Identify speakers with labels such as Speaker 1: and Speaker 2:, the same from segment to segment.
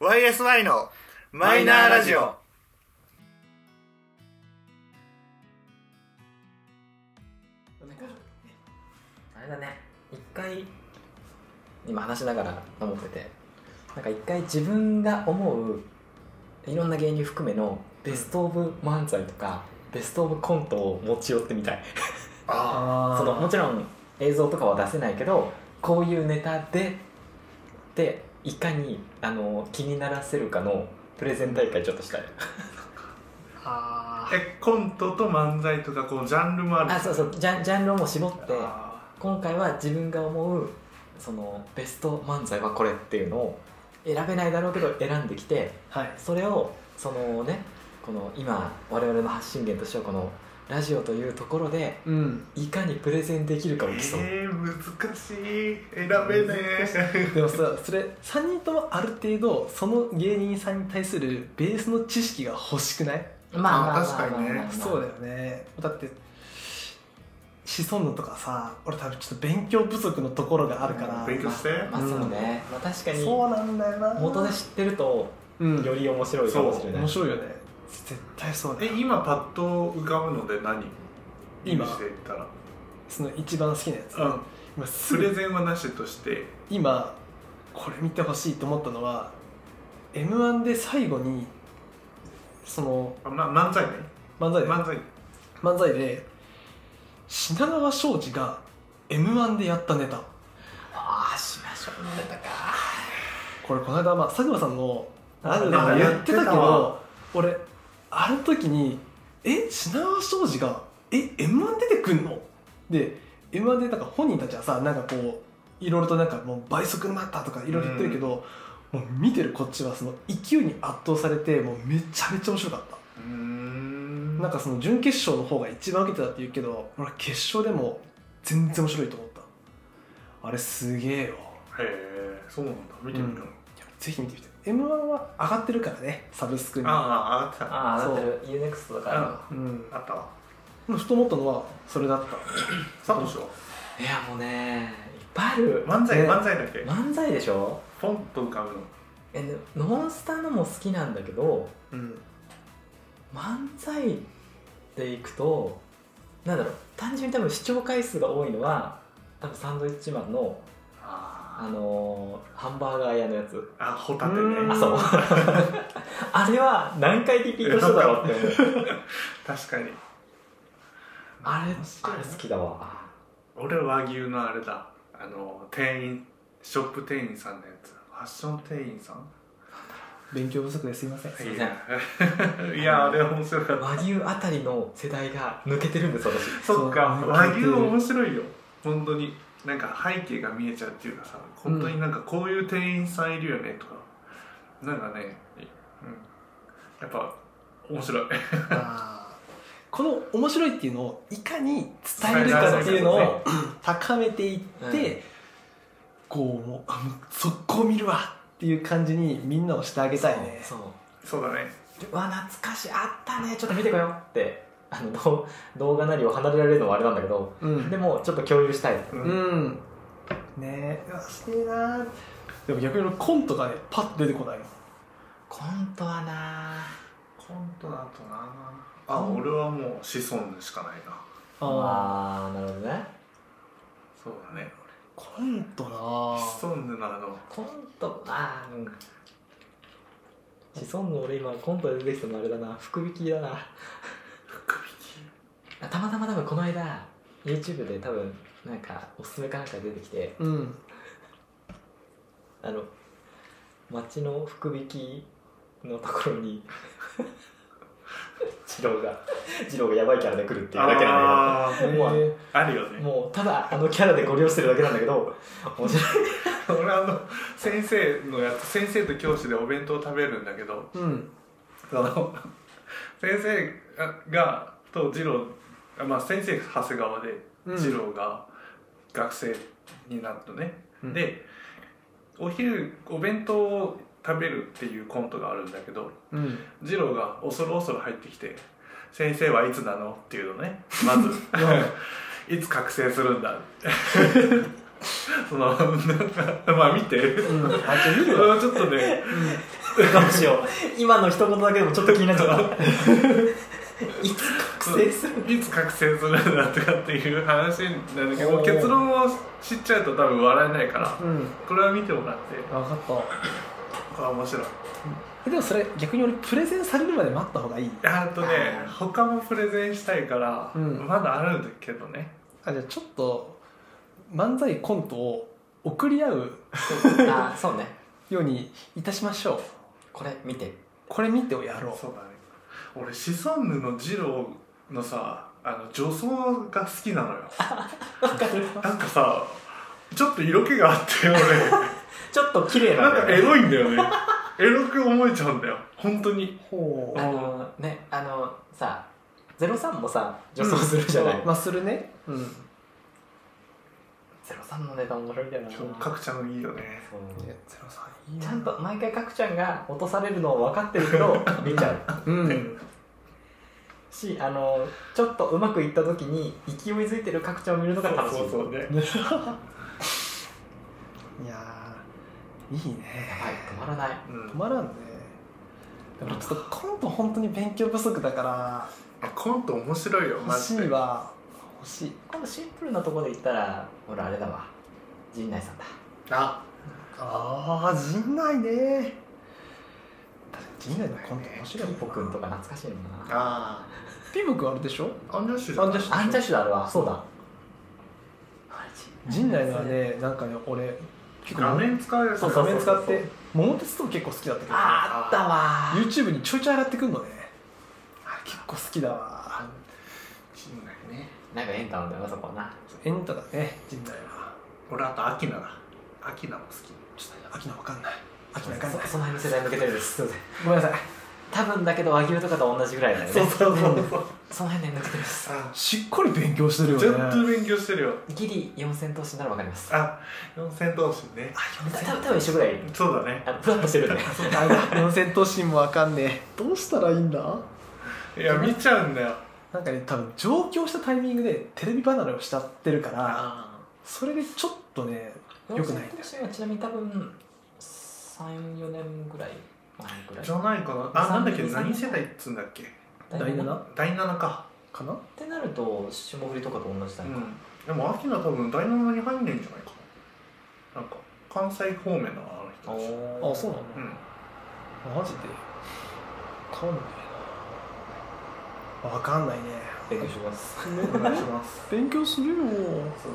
Speaker 1: YSY のマイナーラジオ。
Speaker 2: なんか、ね、あれだね一回今話しながら思っててなんか一回自分が思ういろんな芸人含めのベスト・オブ漫才とかベスト・オブコントを持ち寄ってみたい
Speaker 1: あ
Speaker 2: そのもちろん映像とかは出せないけどこういうネタででいかにあの気にならせるかのプレゼン大会ちょっとしたい
Speaker 3: あー
Speaker 1: え、コントと漫才とか、こう、ジャンルもある。
Speaker 2: あそうそうジャンジャンルをもう絞って
Speaker 1: あ
Speaker 2: 今回は自分が思うそのベスト漫才はこれっていうのを選べないだろうけど選んできて
Speaker 3: はい
Speaker 2: それをそのねこの今我々の発信源としてはこのラジオというところで
Speaker 3: うん
Speaker 2: いかにプレゼンできるかを
Speaker 1: ー
Speaker 2: 競う、
Speaker 1: えー、難しい。選べねえ。
Speaker 3: でもさそれ3人ともある程度その芸人さんに対するベースの知識が欲しくない
Speaker 1: あ確かにね
Speaker 3: そうだよねだってシソンヌとかさ俺多分ちょっと勉強不足のところがあるから、
Speaker 1: 勉強して。
Speaker 2: まあそうね、まあ、確かに
Speaker 3: そうなんだよな
Speaker 2: 元で知ってると
Speaker 3: うん
Speaker 2: より面白いかもしれない、
Speaker 3: 面白いよね絶対そうだ
Speaker 1: え、
Speaker 3: よ
Speaker 1: 今パッと浮かぶので何
Speaker 3: 今
Speaker 1: 意味していったら。
Speaker 3: その一番好きなやつ、
Speaker 1: うん。
Speaker 3: 今す
Speaker 1: プレ
Speaker 3: ぐ
Speaker 1: ゼンはなしとして。
Speaker 3: 今これ見てほしいと思ったのは m 1で最後にその
Speaker 1: あま、漫才ね。
Speaker 3: 漫才で
Speaker 1: 漫才。
Speaker 3: 漫才で品川庄司が m 1でやったネタ
Speaker 2: ああしましょうネタか
Speaker 3: これこの間、まあ、佐久間さんのラジオで
Speaker 1: あ
Speaker 3: も言ってたけ
Speaker 1: やってたわ
Speaker 3: ど俺あの時にえ品川庄司がえ m 1出てくんので m 1でなんか本人たちはさなんかこういろいろとなんかもう倍速になったとかいろいろ言ってるけど、もう見てるこっちはその勢いに圧倒されてもうめちゃめちゃ面白かった
Speaker 1: うーん
Speaker 3: なんかその準決勝の方が一番受けてたって言うけど俺は決勝でも全然面白いと思ったあれすげえよ
Speaker 1: へえ、そうなんだ。見てみよう。
Speaker 3: ぜひ見てみて m 1は上がってるからねサブスクに
Speaker 1: あーあ、あっ
Speaker 2: ああだってる UNEXT と
Speaker 1: た。うん
Speaker 2: か
Speaker 3: うん
Speaker 1: あったわ。
Speaker 3: ふと思ったのはそれだった
Speaker 1: サトシはい
Speaker 2: やもうねいっぱいある
Speaker 1: 漫才、
Speaker 3: ね
Speaker 1: 漫才だけ。
Speaker 2: 漫才でしょ
Speaker 1: ポンと浮かぶの。
Speaker 2: えでノンスタのも好きなんだけど
Speaker 3: うん
Speaker 2: 漫才でいくとなんだろう単純に多分視聴回数が多いのは多分サンドイッチマンの、あ
Speaker 1: あ
Speaker 2: のーハンバーガー屋のやつ
Speaker 1: ーあ、ホタテね。
Speaker 3: うん
Speaker 2: あそう あれは何回リピートしただろうって思う
Speaker 1: 確かに。
Speaker 2: あれ
Speaker 1: 面白い
Speaker 2: あ
Speaker 1: ね
Speaker 2: れ好きだわ
Speaker 1: 俺は和牛のあれだあの店員ショップ店員さんのやつファッション店員さん
Speaker 3: 勉強不足ですい ません
Speaker 2: すいま
Speaker 1: いや いやあれ面白かった
Speaker 2: 和牛あたりの世代が抜けてるんです私
Speaker 1: そっか
Speaker 3: そう
Speaker 1: 和牛面白いよ本当になんか背景が見えちゃうっていうかさ本当になんかこういう店員さんいるよねとか、なんかね、うん、やっぱ面白い
Speaker 3: この面白いっていうのをいかに伝えるかっていうのを高めていって、こうもうあもう速攻見るわっていう感じにみんなをしてあげたいね
Speaker 2: そう
Speaker 1: そうだね
Speaker 2: そううわ懐かしいあったねちょっと見てこようってあのどう動画なりを離れられるのはあれなんだけど
Speaker 3: うん
Speaker 2: でもちょっと共有したい
Speaker 1: うん
Speaker 3: うんねえうわしてえなでも逆に俺コントがねパッと出てこないの
Speaker 2: コントはな
Speaker 1: コントだとなあ、俺はもう子孫しかないな
Speaker 3: あ
Speaker 2: ああなるほどね
Speaker 1: そうだね
Speaker 3: コントな
Speaker 1: 子孫のあの
Speaker 2: コントあーうんシソンヌ俺今コントで出てきたのあれだな福引きだな
Speaker 1: 福
Speaker 2: あたまたま多分この間 YouTube で多分なんかおすすめかなんか出てきて
Speaker 3: うん
Speaker 2: あの街の福引きのところに 二郎が二郎がやばいキャラで来るっていうだけなんだ
Speaker 1: あー
Speaker 2: うわ
Speaker 3: え
Speaker 1: あるよね
Speaker 2: けどもうただあのキャラでご利用してるだけなんだけど面白い
Speaker 1: 俺あの先生のやつ先生と教師でお弁当を食べるんだけど
Speaker 3: ーうん
Speaker 1: その先生がと次郎あまあ先生長谷川で
Speaker 3: うん
Speaker 1: 次郎が学生になったね、
Speaker 3: うん
Speaker 1: でお昼お弁当を食べるっていうコントがあるんだけど
Speaker 3: うん
Speaker 1: 次郎が恐る恐る入ってきて「先生はいつなの?」っていうのね まず いつ覚醒するんだ そのなんかまあ見て
Speaker 3: うん、あ、じゃあ見るわ。
Speaker 1: うんちょっとね、
Speaker 2: どうしよう今の一言だけでもちょっと気になっちゃった いつ覚醒する
Speaker 1: いつ覚醒するんだとかっていう話なんだけ
Speaker 3: お
Speaker 1: ど
Speaker 3: ー
Speaker 1: 結論を知っちゃうと多分笑えないから
Speaker 3: うん
Speaker 1: これは見てもらって
Speaker 3: 分かった
Speaker 1: あ面白い
Speaker 3: えでもそれ逆に俺プレゼンされるまで待った方がいい
Speaker 1: あとね
Speaker 2: あー
Speaker 1: 他もプレゼンしたいから、
Speaker 3: うん
Speaker 1: まだあるんだけどね
Speaker 3: あじゃあちょっと漫才コントを送り合う
Speaker 2: あーそうね
Speaker 3: ようにいたしましょう
Speaker 2: これ見て
Speaker 3: これ見てをやろう
Speaker 1: そうだね俺シソンヌの二郎のさあの女装が好きなのよなんかさちょっと色気があって俺
Speaker 2: ちょっと綺麗な
Speaker 1: なんんか
Speaker 2: だ
Speaker 1: エ
Speaker 2: よね
Speaker 1: ロいんだよねエロく思えちゃうんだよ本当に
Speaker 3: ほ
Speaker 2: あのねあのさ03もさ女装するじゃない、
Speaker 3: まあするねうん
Speaker 2: 03のネタ面白いんだよな
Speaker 1: 角ちゃんいいよね
Speaker 2: そう
Speaker 3: ねゼロさんいい
Speaker 2: ち
Speaker 3: な
Speaker 2: ゃんと毎回角ちゃんが落とされるのを分かってるけど見ちゃう
Speaker 3: うん
Speaker 2: しあのちょっとうまくいった時に勢いづいてる角ちゃんを見るのが楽しい
Speaker 1: そうそうそうね
Speaker 3: いやーいいね
Speaker 2: はい止まらない
Speaker 1: うん
Speaker 3: 止まらんねでもちょっとコント本当に勉強不足だから
Speaker 1: コント面白いよマ
Speaker 3: 欲し
Speaker 1: ジ
Speaker 3: い
Speaker 1: で
Speaker 3: わ欲しい
Speaker 2: 今度シンプルなところで言ったら俺あれだわ陣内さんだ
Speaker 1: あ
Speaker 3: ああ陣内ね確かに陣内のコント面白い
Speaker 2: ピポくんとか懐かしいもんな
Speaker 1: あ
Speaker 3: ピーボ君あれでしょ
Speaker 1: アンジャッシュ
Speaker 3: アンジャッシ
Speaker 2: アンジャッシュだあれは
Speaker 3: そ
Speaker 2: そううだあれ
Speaker 3: 陣内のはねなんかね俺結構
Speaker 1: 画面使うやつ
Speaker 3: そう画面使って桃鉄とか結構好きだったけど
Speaker 2: ああったわ
Speaker 3: YouTube にちょいちょい上がってくんのねあれ結構好きだわ
Speaker 1: 陣内ね
Speaker 2: なんかエンタなんだよなそこはな
Speaker 3: エンタだね陣内は
Speaker 1: 俺あとアキナだアキナも好き
Speaker 3: ちょっと秋菜わかんない秋
Speaker 2: そ
Speaker 3: 菜わかんない
Speaker 2: その辺の世代向けてるですすいません
Speaker 3: ごめんなさい
Speaker 2: 多分だけど和牛とかと同じぐらいだよね
Speaker 3: そうそうそう
Speaker 2: その辺で抜けてるです
Speaker 1: あ
Speaker 3: しっかり勉強してるよ
Speaker 1: ち
Speaker 3: ね
Speaker 1: ょっと勉強してるよ
Speaker 2: ギリ四千頭身ならわかります
Speaker 1: あ四千頭身ね
Speaker 2: 多分多分一緒ぐらい
Speaker 1: そうだね
Speaker 2: あふわっとしてるよね
Speaker 3: ダメだ四千頭身もわかんねえどうしたらいいんだ
Speaker 1: いや見ちゃうんだよ
Speaker 3: なんかね多分上京したタイミングでテレビ離れをしちゃってるから
Speaker 1: あ
Speaker 3: それでちょっとね良くないんだよ
Speaker 2: 四千頭身はちなみに多分三四年ぐらい前ぐらい
Speaker 1: じゃないかなあなんだっけ何世代っつうんだっけ
Speaker 2: だいぶ
Speaker 3: 第
Speaker 2: なっ
Speaker 3: 7
Speaker 1: 第7か
Speaker 3: かな
Speaker 2: てなると霜降りとかと同じ
Speaker 1: う
Speaker 2: だよね
Speaker 1: んでもアキナ多分第7に入んないんじゃないかななんか関西方面のあの人たち
Speaker 2: おー
Speaker 3: あそうな
Speaker 1: うん
Speaker 3: マジでわかんねえなわかんないね
Speaker 2: 勉強します
Speaker 1: お願いします
Speaker 3: 勉強するよ
Speaker 1: そう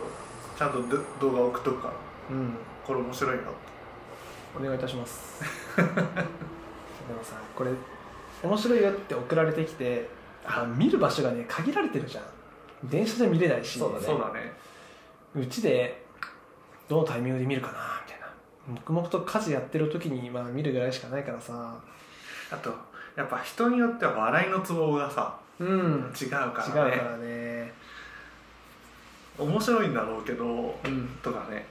Speaker 1: ちゃんとど動画送っとくから
Speaker 3: うん
Speaker 1: これ面白いよ
Speaker 3: お願いいたしますでもさこれ面白いよって送られてきてあ見る場所がね限られてるじゃん電車じゃ見れないし
Speaker 2: そうだね
Speaker 1: そうだね
Speaker 3: うちでどのタイミングで見るかなみたいな黙々と家事やってる時にまあ見るぐらいしかないからさ
Speaker 1: あとやっぱ人によっては笑いのツボがさ
Speaker 3: うん
Speaker 1: 違うか
Speaker 3: 違うから
Speaker 1: ね
Speaker 3: らね
Speaker 1: 面白いんだろうけど
Speaker 3: うん
Speaker 1: とかね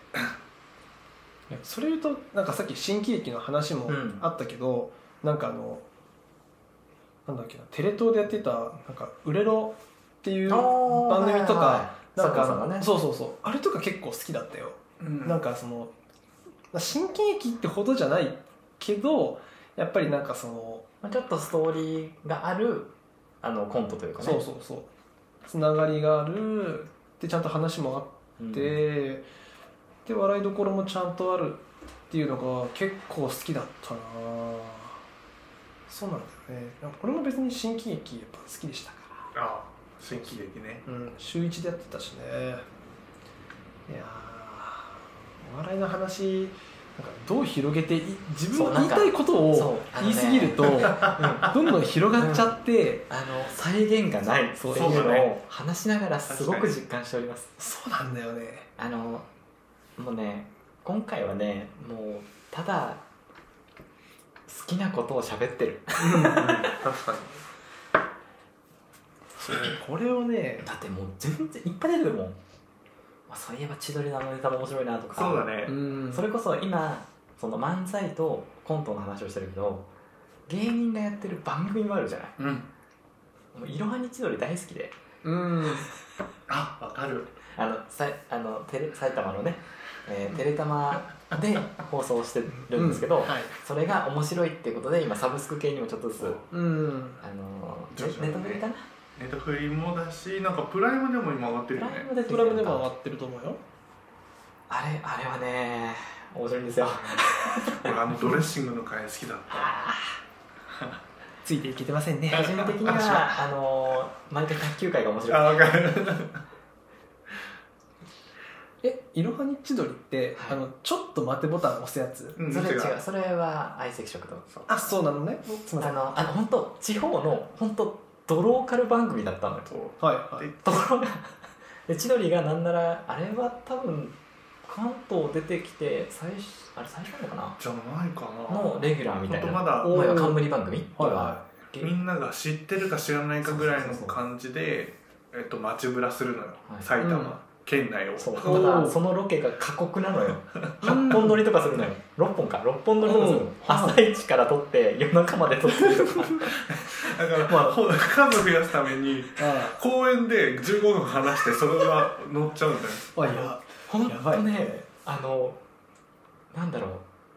Speaker 3: いやそれ言うとなんかさっき新喜劇の話も
Speaker 2: うん
Speaker 3: あったけど、なんかあのなんだっけなテレ東でやってた「なんか売れろ」っていう番組とかなんかあの
Speaker 2: ね
Speaker 3: そうそうそうあれとか結構好きだったよ、
Speaker 1: うん
Speaker 3: なんかそのまあ新喜劇ってほどじゃないけどやっぱりなんかその
Speaker 2: まあちょっとストーリーがあるあのコントというかね
Speaker 3: そうそうそうつながりがあるでちゃんと話もあっ
Speaker 2: うん
Speaker 3: て、で笑いどころもちゃんとあるっていうのが結構好きだったなそうなんだよねなんかこれも別に新喜劇やっぱ好きでしたか
Speaker 1: あ新喜劇ね
Speaker 3: ら、うん、週一でやってたしねいやーお笑いの話なんかどう広げてい自分
Speaker 2: そう
Speaker 3: の言
Speaker 2: なん
Speaker 3: い
Speaker 2: か
Speaker 3: たいこと
Speaker 2: そう
Speaker 3: を
Speaker 2: あの
Speaker 3: 言
Speaker 2: ね
Speaker 3: い過ぎ ると、どんどん広がっちゃって、
Speaker 2: あの再現がないって
Speaker 3: そ
Speaker 2: いうう
Speaker 1: そうだ
Speaker 2: のを
Speaker 1: ね
Speaker 2: 話しながらすご
Speaker 1: 確
Speaker 2: く
Speaker 1: か
Speaker 2: 実感しております
Speaker 3: そうなんだよね
Speaker 2: あのもうね今回はねもうただ好きなことを喋ってる
Speaker 1: 確かに
Speaker 3: そうこれをね
Speaker 2: だってもう全然いっぱい出てくるもん、まあ、そういえば千鳥のあのネタも面白いなとか
Speaker 1: そうだね
Speaker 3: ん
Speaker 2: それこそ今その漫才とコントの話をしてるけど芸人がやってる番組もあるじゃない
Speaker 1: うん
Speaker 2: もういろはに千鳥大好きで
Speaker 3: うん
Speaker 1: あわかる
Speaker 2: あのさあのテレ埼玉のね、えーテレタマで放送してるんですけど、
Speaker 3: はい
Speaker 2: それが面白いっていうことで今サブスク系にもちょっとずつ、
Speaker 3: うん
Speaker 2: あの
Speaker 1: 徐々に
Speaker 2: ネネ
Speaker 1: ね
Speaker 2: ットフリかな
Speaker 1: ネットフリもだしなんかプライムでも今上がっ
Speaker 2: プ
Speaker 1: てるよ
Speaker 2: ラ
Speaker 1: ね
Speaker 2: イムで
Speaker 3: ドラムでも上がってると思うよ
Speaker 2: あれあれはね面白いんですよ
Speaker 1: 俺あのドレッシングの回好きだった
Speaker 3: ついていけてませんね
Speaker 2: 個人的にはあの毎回卓球界が面 白い
Speaker 1: あ分かる
Speaker 3: えいろはに千鳥って、
Speaker 2: は
Speaker 3: あ
Speaker 2: い
Speaker 3: のちょっと待てボタン押すやつ、
Speaker 1: うん
Speaker 2: それは違
Speaker 1: 違
Speaker 2: う
Speaker 1: う
Speaker 2: それは相席食堂
Speaker 3: あそうなのねすみま
Speaker 2: あ
Speaker 3: せんは
Speaker 2: のあの本当地方の本当ドローカル番組だったのよ
Speaker 1: そう
Speaker 3: いは
Speaker 1: で
Speaker 3: い
Speaker 2: ところがで千鳥がなんならあれは多分関東出てきて最初あれ最初なのかな
Speaker 1: じゃないかな
Speaker 2: のレギュラーみたい
Speaker 1: ほんとま
Speaker 2: な
Speaker 1: だ
Speaker 3: お
Speaker 2: 前は冠番組
Speaker 3: はいは
Speaker 2: で
Speaker 1: みんなが知ってるか知らないかぐらい
Speaker 2: そう
Speaker 1: の
Speaker 2: そうそうそう
Speaker 1: 感じで、えっと、街ぶらするのよ、
Speaker 2: はい
Speaker 1: 埼玉、
Speaker 3: うん
Speaker 1: 県内を
Speaker 2: そう
Speaker 3: おー
Speaker 2: ただそのロケが過酷なのよ8本撮りとかするのよ6本か6本撮りとかする
Speaker 3: う
Speaker 2: の
Speaker 3: ん
Speaker 2: 朝一から撮って夜中まで撮ってるとか
Speaker 1: だから、
Speaker 2: まあ
Speaker 1: ほ数増やすために
Speaker 3: あ
Speaker 1: 公園で15分話してそれが乗っちゃうんだよ
Speaker 3: ああいや
Speaker 2: 本
Speaker 3: やばい
Speaker 2: 当ねあのなんだろう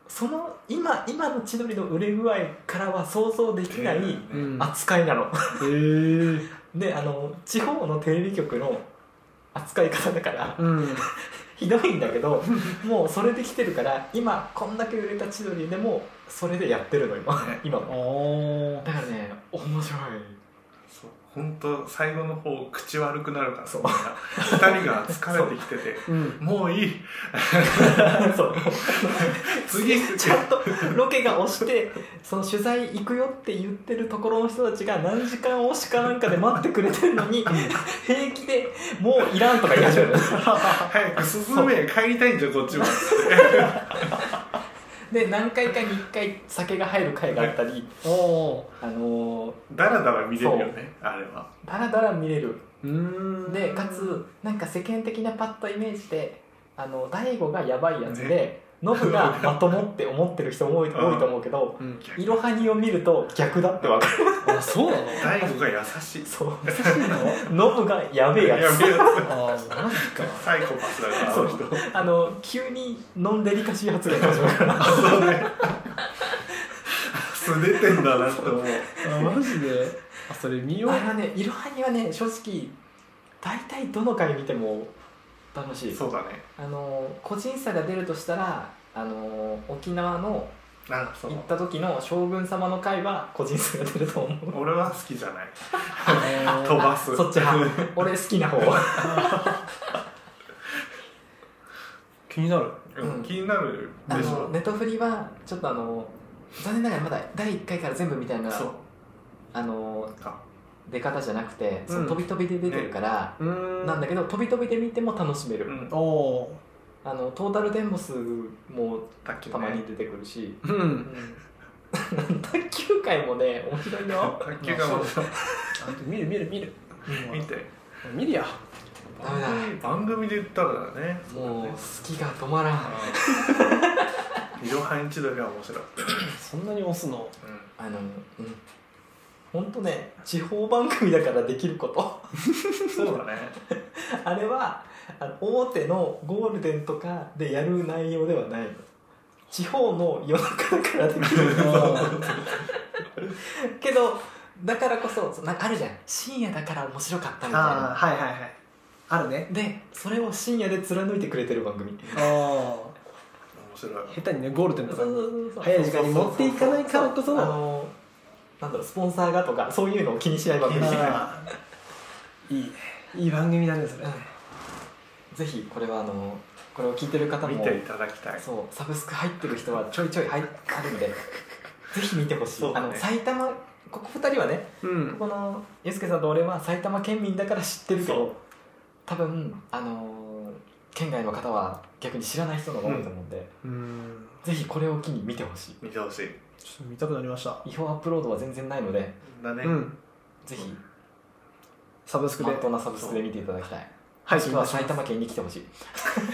Speaker 2: その今今の千鳥の売れ具合からは想像できない
Speaker 3: うんへ
Speaker 2: 扱いなの
Speaker 3: え
Speaker 2: であの地方のテレビ局の扱い方だから
Speaker 3: うん
Speaker 2: ひどいんだけどもうそれで来てるから今こんだけ売れた千鳥でもそれでやってるの今
Speaker 1: ね
Speaker 2: 今も
Speaker 3: おー
Speaker 2: だからね面白い
Speaker 1: そう本当最後の方口悪くなるから
Speaker 2: そう
Speaker 1: みんな2人が疲れてき てて
Speaker 3: うん
Speaker 1: もういい
Speaker 2: そう
Speaker 1: 次
Speaker 2: ちゃんとロケが押してその取材行くよって言ってるところの人たちが何時間押しかなんかで待ってくれてるの に平気でもういらんとか言い始める
Speaker 1: 早く進め帰りたいんじゃんこ っちも
Speaker 2: で何回かに1回酒が入る回があったり
Speaker 3: おお
Speaker 2: あのー
Speaker 1: だらだら見れるよねあれは
Speaker 2: だらだら見れる
Speaker 3: うーん
Speaker 2: でかつなんか世間的なパッとイメージであの大悟がやばいやつでノブがまともって思ってる人も多い
Speaker 1: うん
Speaker 2: 多いと思 うけど
Speaker 3: うん
Speaker 2: いろはにを見ると逆だってわかる
Speaker 3: あそうなの
Speaker 1: 大悟が優し い
Speaker 2: そう
Speaker 3: 優しいの
Speaker 2: ノブがやべえや
Speaker 1: や
Speaker 2: つ
Speaker 1: べえ や
Speaker 3: ああマジか
Speaker 1: つサイコパスだからあ
Speaker 2: そう
Speaker 1: の人
Speaker 2: あの急にノンデリカシー発言が始まるから
Speaker 1: そうね素出てんだなって思う
Speaker 3: あマジであそれ見よう
Speaker 2: あれはねいろはにはね正直大体どの回見ても楽しい
Speaker 1: そうだね
Speaker 2: あの個人差が出るとしたらあの沖縄の
Speaker 1: なんかそ
Speaker 2: 行っ
Speaker 1: の
Speaker 2: た時の将軍様の回は個人差が出ると思う
Speaker 1: 俺は好きじゃない
Speaker 3: あ
Speaker 1: 飛ばす
Speaker 2: そっち 派 俺好きな方
Speaker 3: 気になる
Speaker 1: うん気になる
Speaker 2: あ
Speaker 1: でし
Speaker 2: の
Speaker 1: ょ
Speaker 2: ネトフリはちょっとあの残念ながらまだ第1回から全部みたいな
Speaker 1: そう
Speaker 2: あの
Speaker 1: か
Speaker 2: 出方じゃなくてその
Speaker 3: うん
Speaker 2: 飛び飛びで出てるから、
Speaker 3: うーん
Speaker 2: なんだけど飛び飛びで見ても楽しめる、
Speaker 1: うん
Speaker 3: おお
Speaker 2: あのトータルテンボスも
Speaker 1: 卓球
Speaker 2: たまに
Speaker 1: ね
Speaker 2: 出てくるし、
Speaker 3: ーう
Speaker 2: うんん卓球界もね面白いよ
Speaker 1: 卓球が面白い
Speaker 3: あ見る見る見る
Speaker 1: 見て
Speaker 3: 見るや
Speaker 2: ダメだ
Speaker 1: 番組で言ったらね
Speaker 2: もう好きが止まらん
Speaker 1: いろはにちどりは面白い、
Speaker 3: そんなに押す の
Speaker 2: あのうんほんとね地方番組だからできること
Speaker 1: そうだね
Speaker 2: あれはあの大手のゴールデンとかでやる内容ではないの地方の夜中だからできる けどだからこそそうなんかあるじゃん深夜だから面白かったみたい
Speaker 3: ああ
Speaker 2: な
Speaker 3: はいはいはいあるね
Speaker 2: でそれを深夜で貫いてくれてる番組
Speaker 3: あ
Speaker 1: 面白い
Speaker 3: あ下手にねゴールデンとかに
Speaker 2: 早
Speaker 3: 早い時間に持っていかないからこそ
Speaker 2: あのなんだろうスポンサーがとかそういうのを気にしない番組
Speaker 3: あーいいねいい番組だねそれ
Speaker 2: うんぜひこれはあのこれを聞いてる方
Speaker 1: 見
Speaker 2: も
Speaker 1: ていただきたい
Speaker 2: そうサブスク入ってる人はちょいちょい入あるんでぜひ見てほしい、
Speaker 1: そう
Speaker 2: あ
Speaker 1: だね
Speaker 2: の埼玉ここ2人はね
Speaker 3: う
Speaker 2: ここのユースケさんと俺は埼玉県民だから知ってるけ
Speaker 1: そ
Speaker 2: ど多分あのー県外の方は逆に知らない人の方が多いと思うんで、
Speaker 3: うん
Speaker 2: ぜひこれを機に見てほしい
Speaker 1: 見てほしい
Speaker 3: ちょっと見たくなりました
Speaker 2: 違法アップロードは全然ないので
Speaker 1: だね、
Speaker 3: うん
Speaker 2: ぜひ
Speaker 3: サブスク
Speaker 2: ま
Speaker 3: で
Speaker 2: っとうなサブスクで見ていただきたい
Speaker 3: 配
Speaker 2: もし
Speaker 3: 信
Speaker 2: く
Speaker 3: は
Speaker 2: はい埼玉県に来てほしい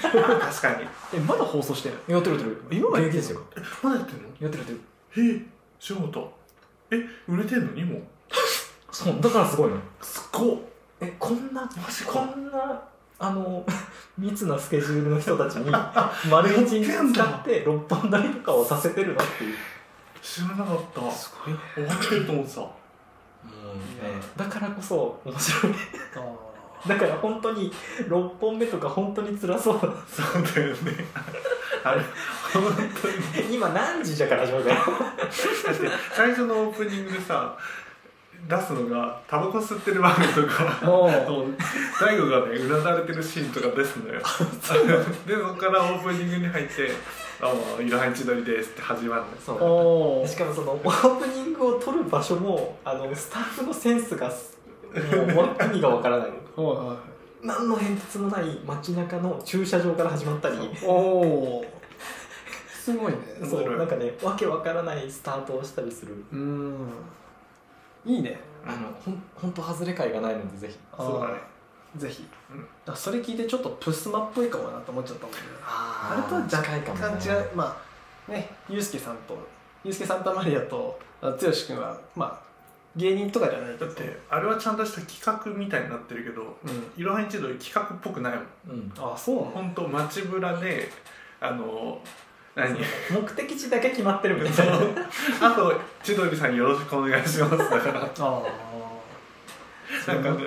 Speaker 1: あ確かに
Speaker 3: えまだ放送してる
Speaker 2: やってるやってる
Speaker 3: 今ま
Speaker 2: 現
Speaker 3: で
Speaker 2: 役ですよ
Speaker 1: まだやってんの
Speaker 2: やってるやってる
Speaker 1: え仕事え売れてんのにも
Speaker 2: そうだからすごいの
Speaker 1: すっごっ
Speaker 2: えこんなもしこんなあの密なスケジュールの人たち に丸一日使って六本撮りとかをさせてるなっていう、
Speaker 1: 知らなかった
Speaker 3: すごいね
Speaker 1: 終わってると思ってた
Speaker 2: ええだからこそ面白い
Speaker 3: あ
Speaker 2: だから本当に6本目とか本当に辛そう
Speaker 1: そうだよねあれ本当に
Speaker 2: 今何時じゃから始まるから
Speaker 1: だって最初のオープニングでさ出すのがタバコ吸ってる場面とか
Speaker 3: もう
Speaker 1: もう大悟がねうなだれてるシーンとか出すのよでそこからオープニングに入って「どうもいろはんちどりです」って始まるのよ
Speaker 2: そう
Speaker 3: お
Speaker 2: しかもそのオープニングを撮る場所もあのスタッフのセンスがすもうもう意味がわからない
Speaker 3: おはいは
Speaker 2: 何の変哲もない街中の駐車場から始まったり
Speaker 3: い おーすごいね
Speaker 1: そう
Speaker 2: そ
Speaker 1: 面白
Speaker 2: う
Speaker 1: い
Speaker 2: なんかねわけわからないスタートをしたりする
Speaker 3: うーんいいね
Speaker 2: あのほんほんと外れ会がないのでぜひ
Speaker 3: あー
Speaker 1: そうだね
Speaker 3: ぜひ、
Speaker 1: うん
Speaker 3: だからそれ聞いてちょっとプスマっぽいかもなと思っちゃったもんねあ
Speaker 2: あ
Speaker 3: れとは若
Speaker 2: 近いかも、
Speaker 3: 干
Speaker 2: ね、
Speaker 3: 違う、まあねユうスケさんとユうスケサンタマリアとあ剛君はまあ芸人とかじゃないけ
Speaker 1: だ
Speaker 3: ど
Speaker 1: ってあれはちゃんとした企画みたいになってるけど
Speaker 3: うん
Speaker 1: いろはんちどり企画っぽくないもん
Speaker 2: うん、
Speaker 3: あそうなの
Speaker 1: 本当街ぶらであの何
Speaker 2: 目的地だけ決まってるみた
Speaker 1: そ
Speaker 2: い な
Speaker 1: のあと千鳥さんよろしくお願いしますだから
Speaker 3: あ
Speaker 1: なんかね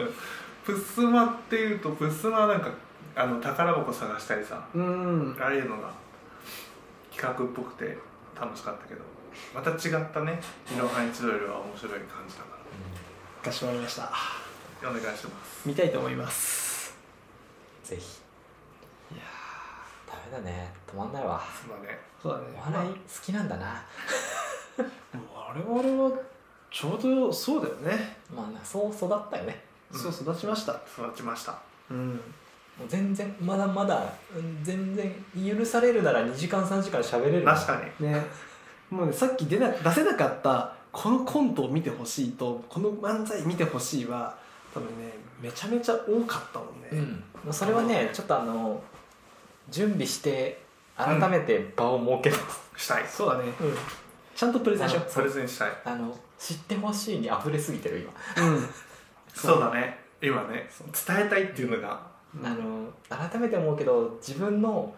Speaker 1: プスマっていうとプスマはなんかあの宝箱探したりさ
Speaker 3: あうん
Speaker 1: ああいうのが企画っぽくて楽しかったけどまた違ったね「いろは一度よりは面白い感じだか
Speaker 3: かしこまりました
Speaker 1: らお願いします
Speaker 3: 見たいと思います
Speaker 2: ぜひいやーダメだね止まんないわ
Speaker 1: すまね
Speaker 3: そうだね
Speaker 2: お笑い好きなんだな
Speaker 3: 我々はちょうどそうだよね、
Speaker 2: まあなそう育ったよね
Speaker 1: うん
Speaker 3: そう育ちました
Speaker 1: 育ちました
Speaker 3: うん
Speaker 2: もう全然まだまだうん全然許されるなら2時間3時間喋れる
Speaker 1: 確かに
Speaker 3: ねもうねさっき出な出せなかったこのコントを見てほしいとこの漫才見てほしいは多分ねめちゃめちゃ多かったもんね、
Speaker 2: うんもうそれはねちょっとあの準備して改めて場を設けます、
Speaker 1: したい
Speaker 3: そうだね
Speaker 2: うん
Speaker 3: ちゃんとプレゼンしよ
Speaker 1: プレゼンしたい
Speaker 2: あの知ってほしいに溢れすぎてる今、
Speaker 3: う、うん
Speaker 1: そうだね今ね伝えたいっていうのが
Speaker 3: うん
Speaker 2: あの改めて思うけど自分の好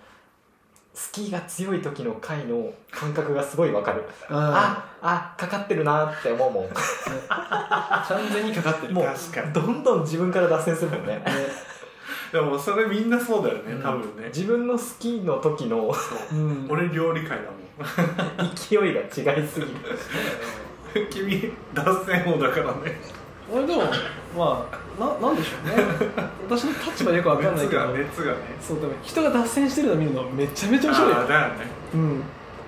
Speaker 2: きが強い時の回の感覚がすごいわかる、
Speaker 3: あ
Speaker 2: ああかかってるなって思うも ん
Speaker 3: 完全にかかってる
Speaker 2: もう
Speaker 1: 確かに
Speaker 2: どんどん自分から脱線するもんね
Speaker 3: ね
Speaker 1: でもそれみんなそうだよね
Speaker 2: うん
Speaker 1: 多分ね
Speaker 2: 自分の好きの時の
Speaker 1: そう
Speaker 3: うん
Speaker 1: 俺料理会だも
Speaker 2: 勢いが違いすぎる
Speaker 1: ん 君脱線王だからね
Speaker 3: 俺でもまあななんでしょうね 私の立場よくわかんない
Speaker 1: 熱
Speaker 3: けど
Speaker 1: が熱がね
Speaker 3: そうでも人が脱線してるの見るのめちゃめちゃ面白いよ
Speaker 1: ああだよね
Speaker 3: うん、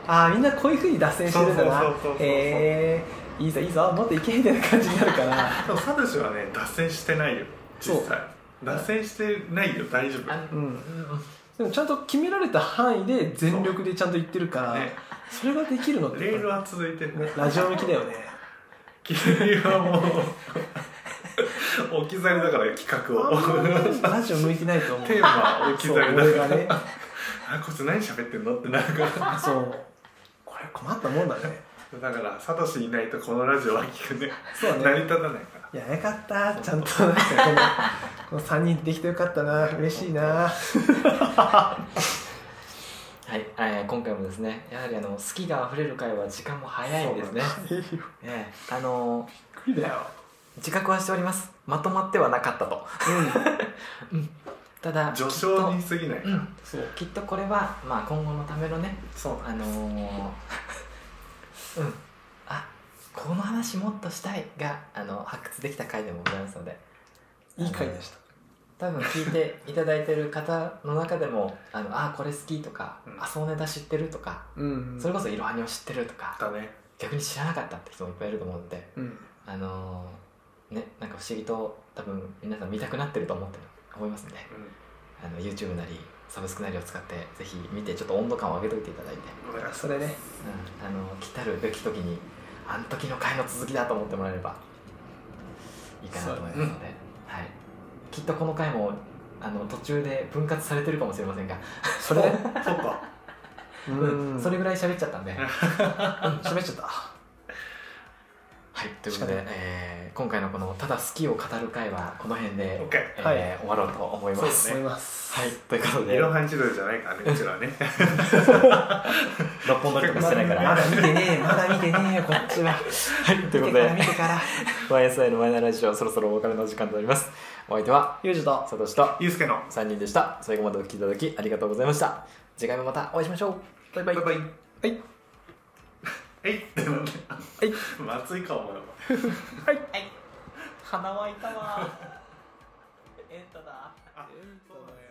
Speaker 3: ああみんなこういうふうに脱線してるんだな
Speaker 1: そうそうそうそうそう
Speaker 3: ええいいぞいいぞもっといけみたいな感じになるから
Speaker 1: でもサトシはね脱線してないよ実際脱線してないよ大丈夫
Speaker 2: あ
Speaker 3: うんでもちゃんと決められた範囲で全力でちゃんと言ってるからそ,、
Speaker 1: ね
Speaker 3: れができるのって
Speaker 1: レールは続いてるね
Speaker 3: ねラジオ向きだよね
Speaker 1: 君はもう置き去りだから企画を
Speaker 3: ラジオ向いてないと思う
Speaker 1: テーマは置き
Speaker 3: そう
Speaker 1: 去り
Speaker 3: 俺
Speaker 1: だ
Speaker 3: が
Speaker 1: から、
Speaker 3: ね
Speaker 1: あこいつ何喋ってんのってなるから
Speaker 3: そうこれ困ったもんだね
Speaker 1: だからサトシいないとこのラジオは聞くね
Speaker 3: そう
Speaker 1: 成
Speaker 3: だ
Speaker 1: り
Speaker 3: ね
Speaker 1: 立たないから
Speaker 3: いやよかったちゃんとなんかこの この3人できてよかったな嬉しいな
Speaker 2: はい、えー今回もですねやはりあの好きが溢れる回は時間も早いんですね
Speaker 3: びっく
Speaker 2: ええあのー
Speaker 3: りだよ、
Speaker 2: 自覚はしておりますまとまってはなかったと
Speaker 3: うん、
Speaker 2: ただ
Speaker 1: 序
Speaker 2: きっ
Speaker 1: 章
Speaker 2: と
Speaker 1: に過ぎない
Speaker 2: うん
Speaker 3: そう
Speaker 2: きっとこれは、まあ、今後のためのね
Speaker 1: そう
Speaker 2: あのーうんあこの話もっとしたいがあの発掘できた回でもございますので
Speaker 3: いい回でした
Speaker 2: 多分聞いていただいてる方の中でも「あのあこれ好き」とか「
Speaker 1: うん
Speaker 2: あそうネタ知ってる」とか、
Speaker 3: うん
Speaker 2: それこそ「いろはにを知ってる」とか
Speaker 1: だね
Speaker 2: 逆に知らなかったって人もいっぱいいると思うので
Speaker 3: うん
Speaker 2: あのーねなんか不思議と多分皆さん見たくなってると思ってる思いますのであの YouTube なりサブスクなりを使ってぜひ見てちょっと温度感を上げといていただいて、
Speaker 1: うんお願いし
Speaker 3: それね
Speaker 2: うん、あの来たるべき時にあの時の回の続きだと思ってもらえればいいかなと思いますので、はい、きっとこの回もあの途中で分割されてるかもしれませんが、
Speaker 3: それね
Speaker 1: ますそっか
Speaker 3: う
Speaker 2: うん、それぐらい喋っちゃったんで、は
Speaker 3: 喋っちゃった
Speaker 2: い、はい、ということで、えー今回のこの「ただ好きを語る会」はこの辺で、
Speaker 1: OK
Speaker 2: えー
Speaker 3: はい
Speaker 2: 終わろうと思い
Speaker 1: そう
Speaker 2: ま
Speaker 1: です
Speaker 2: す。
Speaker 1: ね
Speaker 3: 思います。
Speaker 2: はい、ということ
Speaker 1: い
Speaker 2: で
Speaker 1: ろは一同じゃないからねうちらはね
Speaker 2: 六本撮りとかしてないか
Speaker 3: ま
Speaker 2: ら
Speaker 3: だ見てねえ、まだ見てねえよ、こっち は。
Speaker 2: はい、という
Speaker 3: 見てか
Speaker 2: こと
Speaker 3: ら
Speaker 2: で
Speaker 3: 見てから。
Speaker 2: YSI のマイナーラジオそろそろお別れの時間となりますお相手は
Speaker 3: ゆうじと、
Speaker 2: 佐藤氏と
Speaker 1: ゆうすけの
Speaker 2: 3人でした最後までお聞きいただきありがとうございました次回もまたお会いしましょうバイバ
Speaker 1: バ
Speaker 2: イ
Speaker 1: イ
Speaker 3: は
Speaker 1: バイ
Speaker 3: い
Speaker 1: えいってなんだ
Speaker 3: い
Speaker 1: 松井かお前は
Speaker 2: 鼻はいたわ エンタだ
Speaker 1: そうだね